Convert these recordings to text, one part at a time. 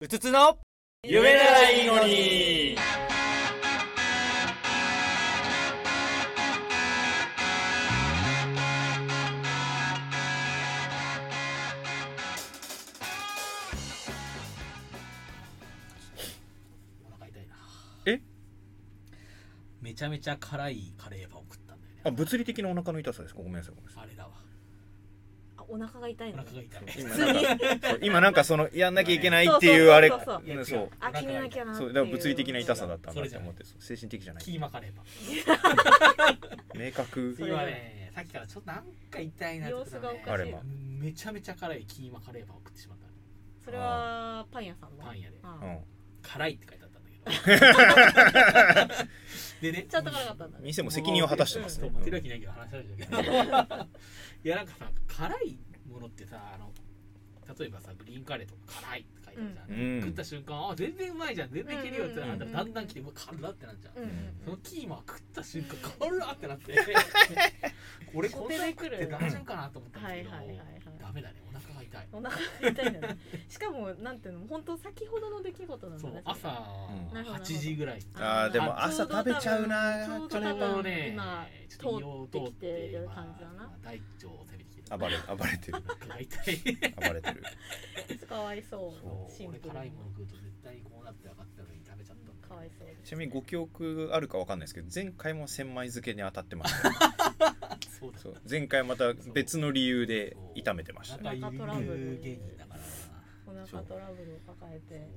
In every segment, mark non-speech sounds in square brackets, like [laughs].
うつつの夢ならいいのにお腹痛いなえめちゃめちゃ辛いカレーパンを食ったんだよねあ物理的なお腹の痛さですかごめんなさいごめんなさいあれだわあお腹が痛いおの腹が痛今なんかそいう今なんかそのやんなきゃいけないっていうそうそうそうそうあれそうそういやそうあ決めなきゃなっていうだから物理的な痛さだったんそだれってじゃない思ってそう精神的じゃないキーマカレーパン明確それ今ねさっきからちょっとなんか痛いなってことだ様ね子がおかしいあれはめちゃめちゃ辛いキーマカレーパンを食ってしまったのそれはパン屋さんのパン屋であうあん [laughs] 辛いって書いてあったんだ [laughs] けどでねちゃんと辛かったんだね店も責任を果たしてますちょねっと待てるわけないけど話 [laughs] し合うじゃんけどいやなんかさ辛いものってさあの例えばさグリーンカレーとか辛いって書いてあるじゃん、う食っんた瞬間あ全然うまいじゃん全然いけるよってなったらうんうんうんだんだん来てうわ辛ってなっちゃうう、んうんそのキーマ食った [laughs] 瞬間辛ってなって俺こんなに食って大丈夫かなと思ったんだけど、はいはいはいはいダメだねお腹が痛いお腹が痛いんだねしかもなんていうの本当先ほどの出来事なんそだうね朝うんなるほど8時ぐらいあーでもあ朝食べちゃうちなょうどちょ多分うどね今ちょっと胃を通っ通ってきててるま感じだなあまあ大腸を攻めてきてる暴れ暴れてる大体暴れてるかわいそそううシンプ俺ルに辛いもの食うと絶対にこうなって分かったのに食べちゃったんだかわいそうちなみにご記憶あるかわかんないですけど前回も千枚漬けに当たってま [laughs] したそうだそう前回また別の理由で痛めてましたね仲いい仲トラブル芸人だからお腹トラブルを抱えてなる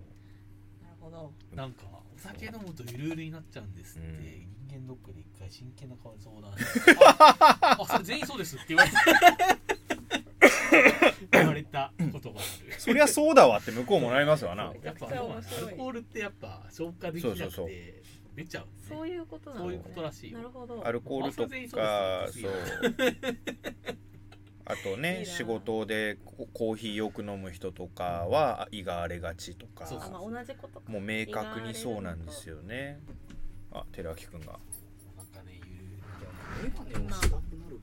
ほどなんかお酒飲むとゆるゆるになっちゃうんですって、うん人間ドックで一回真剣な顔で相談してああそれ全員そうですって言われて言われたことがあるそりゃそうだわって向こうもなりますわなやっぱそうなんですアルコールってやっぱ消化できなくてそうそうそう出ちゃう,、そういうことなのねそういうことらしいよなるほどアルコールとかそうあといいねな仕事でココーヒーよく飲む人とかは胃が荒れがちとかそうあそうまあ同じことかもう明確にそうなんですよねあ寺脇くんがなんかねネをしたくゆる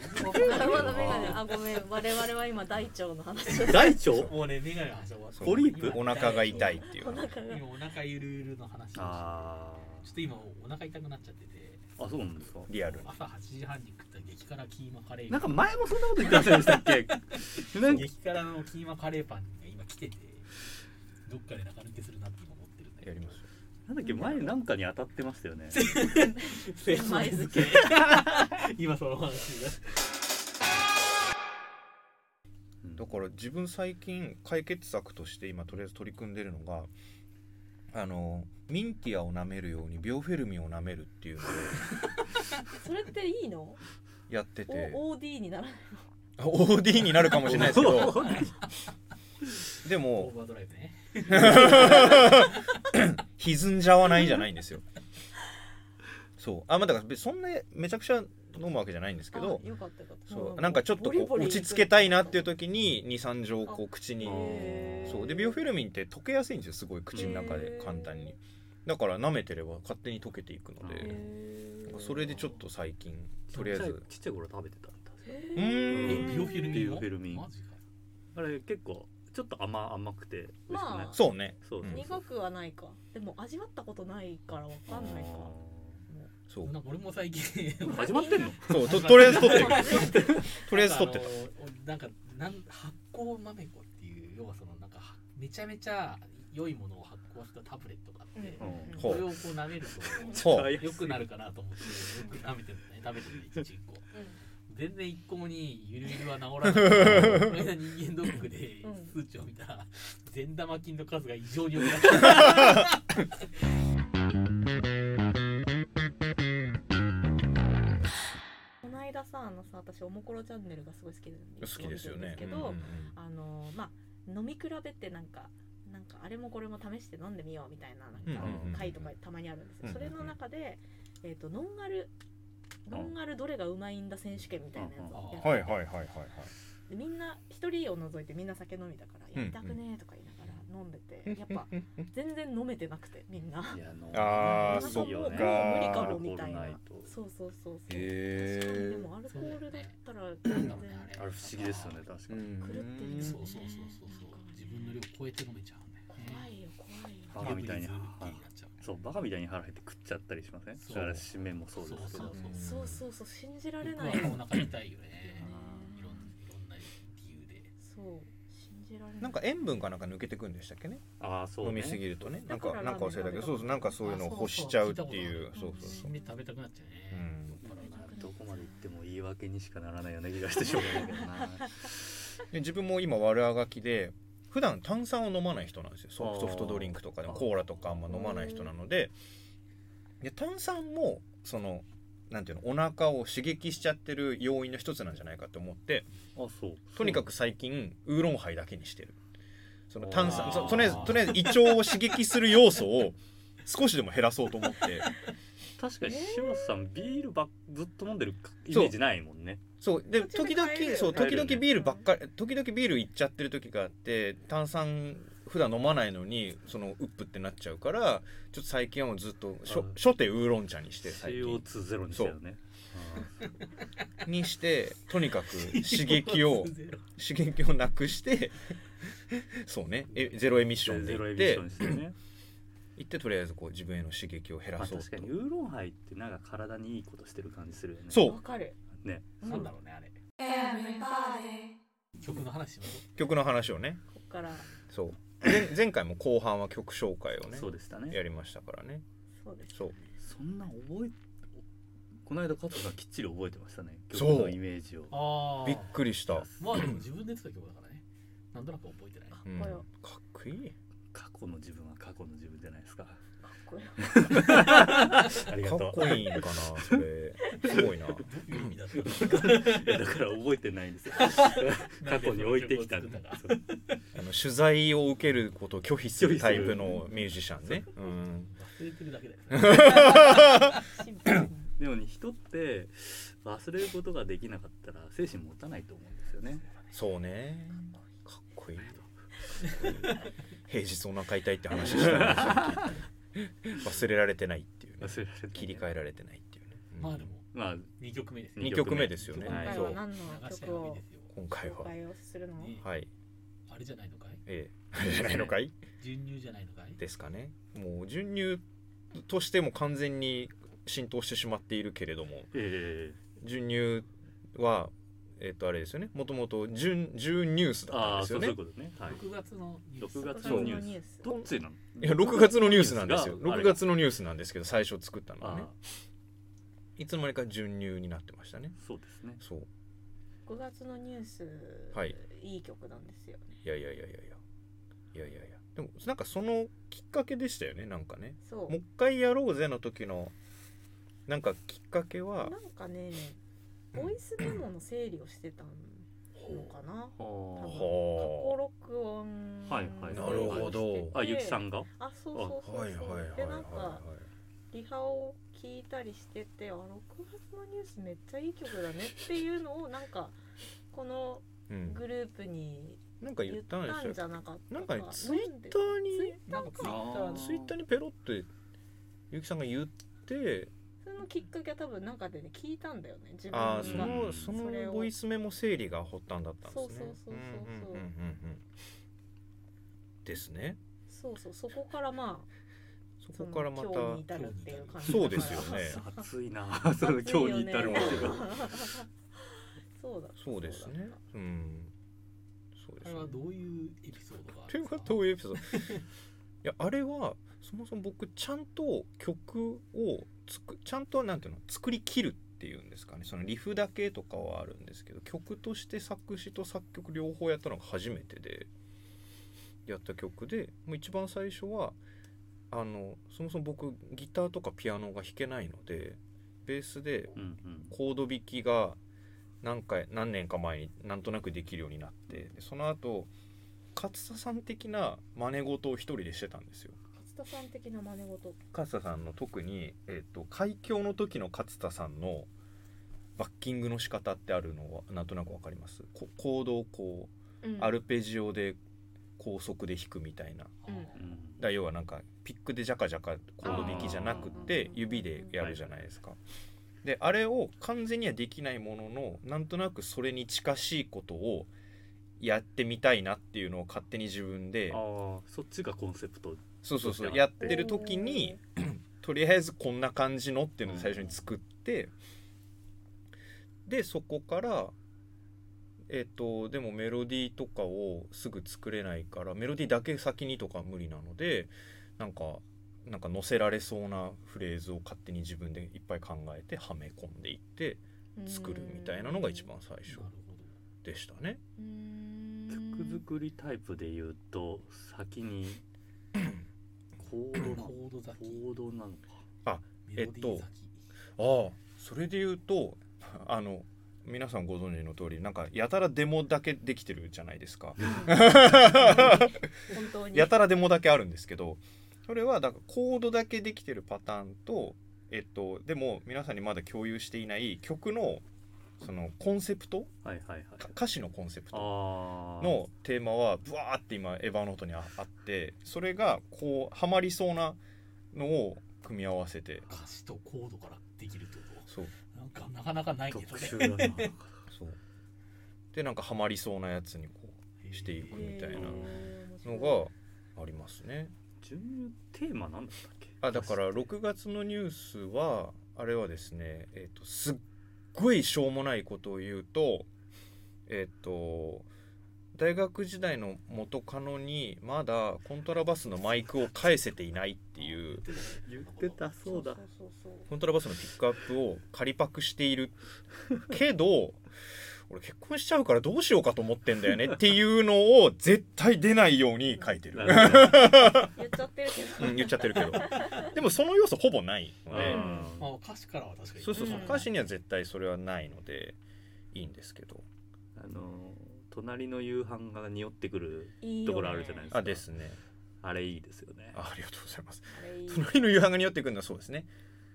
あまだメガネあごめん我々は今大腸の話を大腸もうねメガネの話終わったそうポリープお腹が痛いっていうお腹が [laughs] 今お腹ゆるゆるの話をしてちょあっと今お腹痛くなっちゃっててーあそうなんですかリアルに朝8時半に食った激辛キーマカレー [laughs] なんか前もそんなこと言ってませんでしたっけ [laughs] なんか激辛のキーマカレーパンが今来ててどっかで中抜けするなって今思ってるんだけやどりますよなんだっけ前なんかに当たってましたよ [laughs] ね千枚枚漬漬け [laughs] 今その話がうんだから自分最近解決策として今とりあえず取り組んでるのがあのミンティアを舐めるようにビオフェルミンを舐めるっていうのを [laughs] それっていいのやってて O- ?OD にならない OD になるかもしれないですけどでオもーバードライブね歪んじゃわないじゃないんですよそうあまあだからそんなめちゃくちゃ飲むわけじゃないんですけどあよかったよかったそうなんかちょっとこう落ち着けいたいなっていう時に23錠こう口にへーそうでビオフェルミンって溶けやすいんですよすごい口の中でへー簡単にだから舐めてれば勝手に溶けていくのでなんかそれでちょっと最近とりあえずちっちゃい頃食べてたんだうーえんビオフィルミンもビオフィルミンマジかあれ結構ちょっと甘甘くて美味しくないまあそうねそうそうそ苦うくはないかでも味わったことないからわかんないかそうなんか俺も最近 [laughs] あー始まってんのそうととりあえず取 [laughs] ってるとりあえず取ってたたなんかなん発酵豆粉っていう要はそのなんかはめちゃめちゃ良いものを発酵したタブレットがあって、うんうんほこうれをこう舐めるそうと良くなるかなと思ってよく舐めてるのね食べてるの一日一個全然一個もにゆるゆるは治らないこの間人間ドックで数値を見たら善玉菌の数が異常に多くなったこの間さあのさ私おもころチャンネルがすごい好きで好きですよ見ねてるんうですけんうどんあのまあ飲み比べってなんかなんかあれもこれも試して飲んでみようみたいななんうんうんうんか回とかたまにあるんうんですようんそれの中でえっとノンアルノンアルどれがうまいんだ選手権みたいなやつをやっうんてはいはいはいはいはいでみんな一人を除いてみんな酒飲みだからうんやりたくねーとか言いながら飲んでてやっぱ全然飲めてなくてみんないやのあーいいよそねっかもう無理かアルもコーみルたいなないとそうそうそうそう、へー確かにでもアルコールだったら全然あれ不思議ですよね確かに、狂ってるそうねそうそうそうそう自分の量超えて飲めちゃうね超えバカみたいに逆にズルは気になっちゃうねそうバカみたいに腹減って食っちゃったりしませんそうだから締めもそうですけそうどそそううそうそう信じられ僕なはいお腹痛いよねうんいろんいろんな理由でそう信じられないなんか塩分かなんか抜けてくんでしたっけねああそうね飲みすぎるとねなんかだからなんか忘れたけどそうそうなんかそういうのをあ欲しちゃうっていうそうそそうう聞いたことそうそうある死んで食べたくなっちゃうねう酔っ払うからどこまで行っても言い訳にしかならないような気がしてしょうがないけど [laughs] なで自分も今悪あがきで普段炭酸を飲まない人なんですよソあーソフトドリンクとかでもあーコーラとかあんま飲まない人なのでで炭酸もそのなんていうのお腹を刺激しちゃってる要因の一つなんじゃないかと思ってあそうとにかく最近ウーロンハイだけにしてるその炭酸あーそとりあえずとりあえず胃腸を刺激する要素を少しでも減らそうと思っ [laughs] て確かにえー柴田さんビールばっずっと飲んでるかイそうメージないもんねそうで途時中で々買えるよねそう時々買えるよねビールばっかり時々ビールいっちゃってる時があって炭酸普段飲まないのにそのウップってなっちゃうからちょっと最近はもうずっとしょうん初手ウーロン茶にして最近 CO2 ゼロにしたよねにしてとにか [laughs] く刺激 [laughs] を刺激をなくしてそうねえゼロエミッシうョンんでゼロ行エっミッシてョンにしてね行ってとりあえずこう自分への刺激を減まらあそう確とかにウーロンハイってなんか体にいいことしてる感じするよねそうわかるねうんなんだろうねあれ Everybody. 曲の話しましょ曲の話をねこっからそう前前回も後半は曲紹介をねそうでしたねやりましたからねそうですそうそんな覚えこの間加藤さんきっちり覚えてましたねそう曲のイメージをうああびっくりしたまあでも自分で作った曲だからねなんとなく覚えてないかっうん、こかよ、っこいい過去の自分は過去の自分じゃないですかかっこよありがかとっうこいいんかなそれすごいなどういう意味だったのいやだから覚えてないん [laughs] ですよ過去に置いてきたんだそうあの取材を受けることを拒否するタイプのミュージシャンねうん忘れてるだけだよねシンプルでもね人って忘れることができなかったら精神持たないと思うんですよねそうねかっこいい平日お腹痛いって話したのにさっき忘れられてないっていうね忘れられてない切り替えられてないっていうね、うん [laughs] まあでもまあ二曲目です二2曲曲目目ですよね今はい回そはう何の流し曲た方がいいをですよ今回 [coughs] 紹は介をするのねはいあれじゃないのかいええじゃないのかい準入じゃないのかいですかねもう準入としても完全に浸透してしまっているけれどもえ準入はえっ、とあれですよねもともと準準ニュースえだったんああですよそうそうねいうことねはい6月のニュース6月ののニニュュースースどっちなのいや6月のニュースなんがですよあ6れ月のニュースなんですけど最初作ったのはねあいつの間にか準入になってましたねあそうですねそう5月のニュース、はい、い曲なんですよねいやいやいやいやいやいやいやいやでもなんかそのきっかけでしたよねなんかねそうもう一回やろうぜの時のなんかきっかけはなんかうねんボイスデモの整理をしてたのかな多分は過去は録音はいはいなるほどああゆきさんんがあそうそうあそうはいはいはいそはいうでなんはかリハを聞いたりしててあ6月のニュースめっちゃいい曲だねっていうのをなんかこのいうんグループになんか言言っったたんですんよじゃなかったなんかね飲んでツイッターにツイッターかツイなんッかターのツイッターにペロってゆきさんが言ってそのきっかけは多分中でね聞いたんだよね自分あがあそうんのそそれのをボイスメモ整理が発端だったんですねそうそうそうそうそうんうんんうんうんですねそうそうそこからまあそこからまたその今日に至るっていう感じそうですよ [laughs] ね熱いなその今日に至るまでがそうだそうですねうんそうであすれねはどういうエピソードがあといるんうでかすかどういうエピソードいやあれはそもそも僕ちゃんと曲をつくちゃんとなんていうの作り切るっていうんですかねそのリフだけとかはあるんですけど曲として作詞と作曲両方やったのが初めてでやった曲でもう一番最初はあのそもそも僕ギターとかピアノが弾けないのでベースでうんうんコード弾きが何回何年か前になんとなくできるようになってでその後勝田さん的な真似事を一人でしてたんですよ勝田さん的な真似事勝田さんの特に、えっと開胸の時の勝田さんのバッキングの仕方ってあるのはなんとなくわかりますこコードをこうアルペジオで高速で弾くみたいなうんうんだ要はなんかピックでジャカジャカコード弾きじゃなくてあー指でやるじゃないですか。であれを完全にはできないもののなんとなくそれに近しいことをやってみたいなっていうのを勝手に自分でああそっちがコンセプトそうそうそそううやってる時にとりあえずこんな感じのっていうのを最初に作って、でそこからえっ、とでもメロディーとかをすぐ作れないからメロディーだけ先にとか無理なのでなんかなんか載せられそうなフレーズを勝手に自分でいっぱい考えてはめ込んでいって作るみたいなのが一番最な初るほでしたね。曲作りタイプで言うと先 [laughs] にコどードなコード咲きコードなのかメロディー咲きああそれで言うとあの皆さんご存知の通りなんかやたらデモだけできてるじゃないですか [laughs] 本当にやたらデモだけあるんですけどそれはだからコードだけできてるパターンとえっとでも皆さんにまだ共有していない曲のそのコンセプトはいはいはいか歌詞のコンセプトああのテーマはブワーって今エヴァノートにああってそれがこうハマりそうなのを組み合わせて歌詞とコードからできるってことそうなんかなかなかないけ特どね殊 [laughs] だなそうでなんかハマりそうなやつにこうしていくへーみたいなのががありますね。準優テーマなんだったっけあだから6月のニュースはあれはですね、えっとすっごいしょうもないことを言うとえっ、と大学時代の元カノにまだコントラバスのマイクを返せていないっていう言ってたそうだそうそうコントラバスのピックアップを仮パクしているけど俺結婚しちゃうからどうしようかと思ってんだよねっていうのを絶対出ないように書いてる。なるほどそう言っちゃってるけうどん、言っちゃってるけどでもその要素ほぼないので、あまあ歌詞からは確かにそうそうそう、うん歌詞には絶対それはないのでいいんですけどーあの隣の夕飯が匂ってくるいいよねところあるじゃないですかあですねあれいいですよねあありがとうございます [laughs] あれいい隣の夕飯が匂ってくるのはそうですね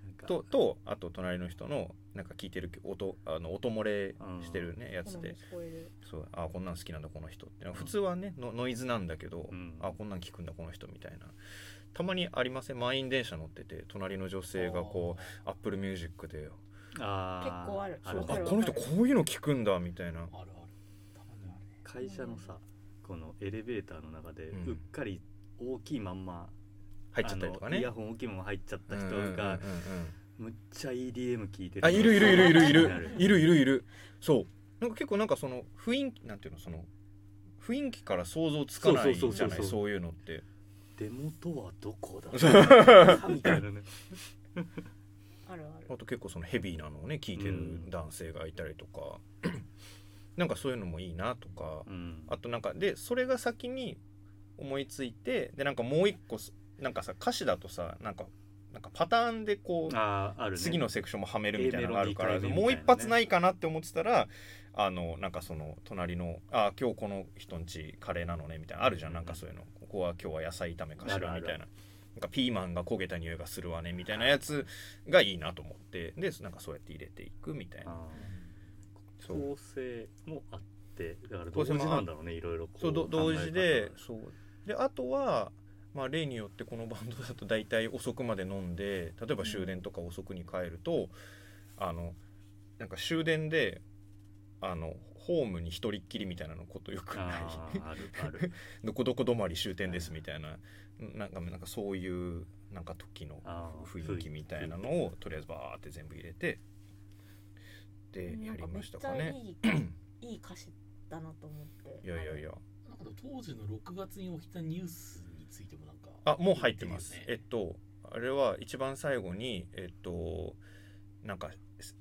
なんかととあと隣の人のなんか聞いてる音あの音漏れしてるねやつで聞こえるそうあこんなん好きなんだこの人って普通はねのノイズなんだけど、うんあこんなん聞くんだこの人みたいなたまにありません満員電車乗ってて隣の女性がこうアップルミュージックであー結構あるああるわかるわこの人こういうの聞くんだみたいなあるあるたまにあるね会社のさこのエレベーターの中でうんうっかり大きいまんま入っちゃったりとかあのイねヤ。ホン大きいまま入っちゃった人うんうんうんうんがむっちゃ EDM 聞いてあいるいるいるいるい気にるなるいるいるいるそうなんか結構なんかその雰囲気なんていうのその雰囲気から想像つかないそうそうじそゃうなそういそういうのってデモとはどこ [laughs] だみたいなねあるあるあと結構そのヘビーなのをね聞いてうるん男性がいたりとか [clears throat] なんかそういうのもいいなとかうんあとなんかでそれが先に思いついてでなんかもう一個すなんかさ歌詞だとさなんかなんかパターンでこうあーあるね次のセクションもはめるみたいなのがあるか A メら、ロ二回目みたいなねもう一発ないかなって思ってたらあのなんかその隣の「あ今日この人んちカレーなのね」みたいなあるじゃんなんかそういうの「ここは今日は野菜炒めかしら」あみるあるたいな。なんかピーマンが焦げた匂いがするわねみたいなやつがいいなと思ってでなんかそうやって入れていくみたいなあーそう構成もあってだから構同成時もあなんだろうねいろいろこそうど同時考えで方がそうであとは、まあ、例によってこのバンドだと大体遅くまで飲んで例えば終電とか遅くに帰ると、あのなんか終電であのホームに一人っきりみたいなのことよくないあーあるある [laughs] どこどこ止まり終点ですみたいななんかなんかそういうなんか時のあー雰囲気みたいなのをとりあえずバーって全部入れてでやりましたかなんねめ。っちゃいいいい歌詞だなと思っていやいやいやなんか当時の6月に起きたニュースについてもなんかあもう入ってます、入えっとあれは一番最後にえっとなんか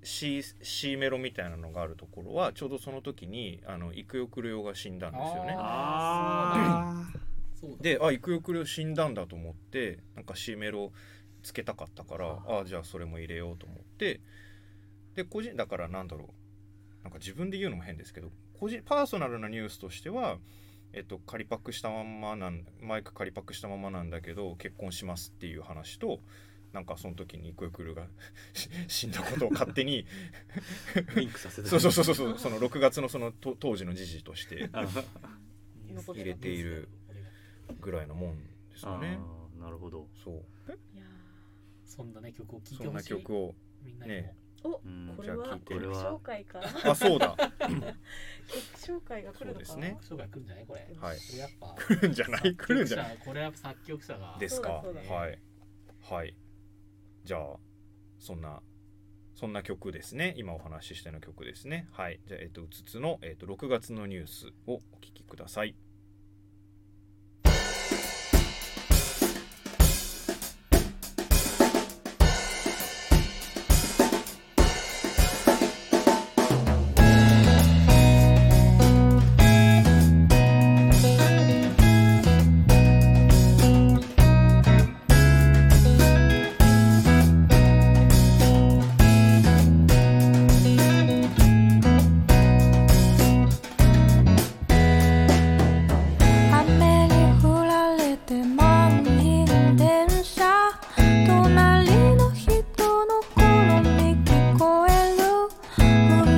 C, C メロみたいなのがあるところはちょうどその時にあの育代クレオが死んだんですよねああそうだであ育代クレオ死んだんだと思ってなんか C メロつけたかったからあじゃあそれも入れようと思ってで個人だからなんだろうなんか自分で言うのも変ですけど個人パーソナルなニュースとしてはえっと仮パクしたまんまなんマイク仮パクしたままなんだけど結婚しますっていう話となんかその時に育代クレオが [laughs] 死んだことを勝手 [laughs] にーリンクさせてそうそうそうそうそうその6月のそのと当時の時事としてあーニュース入れている俺がぐらいのもんですかね。あーなるほどそういやそんなね曲を聴いてそんほなしい曲をみんなにもねおうんこじれゃあは聞いて曲これは紹介かあそうだ曲紹介が来るのかそうですね紹介来るんじゃない [laughs] これ。はいこれやっぱ。来るんじゃ [laughs] ない来るんじゃないいこれは作曲者が。ですかそうだそうだはいはいじゃあそんなそんな曲ですね今お話ししたような曲ですねはいじゃあ、えっとうつつの、えっと6月のニュースをお聞きください雨に降られて満員電車隣の人の好み聞こえる風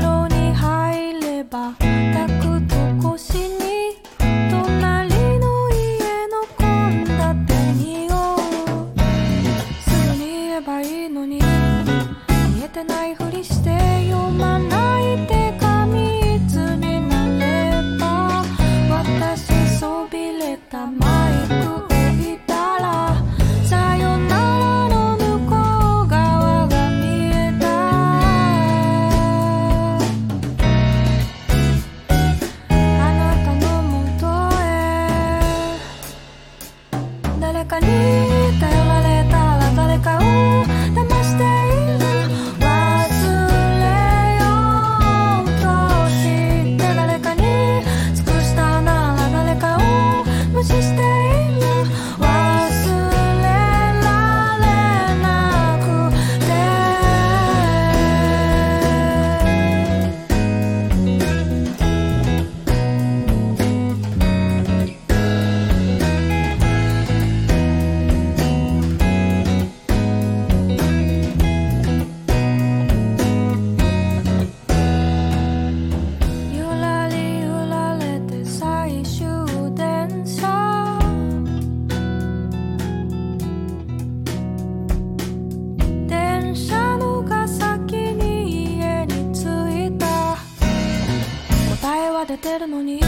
呂に入ればタクト越しに隣の家の献立におうすぐに言えばいいのに見えてないふりして読まない手紙いつになれば私そびれたマイクを見たらさよならの向こう側が見えたあなたのもとへ誰かに頼られたら誰かを騙している忘れようとして誰かに尽くしたなら誰かを無視している忘れられなくてゆらり揺られて最終電車電車のが先に家に着いた答えは出てるのに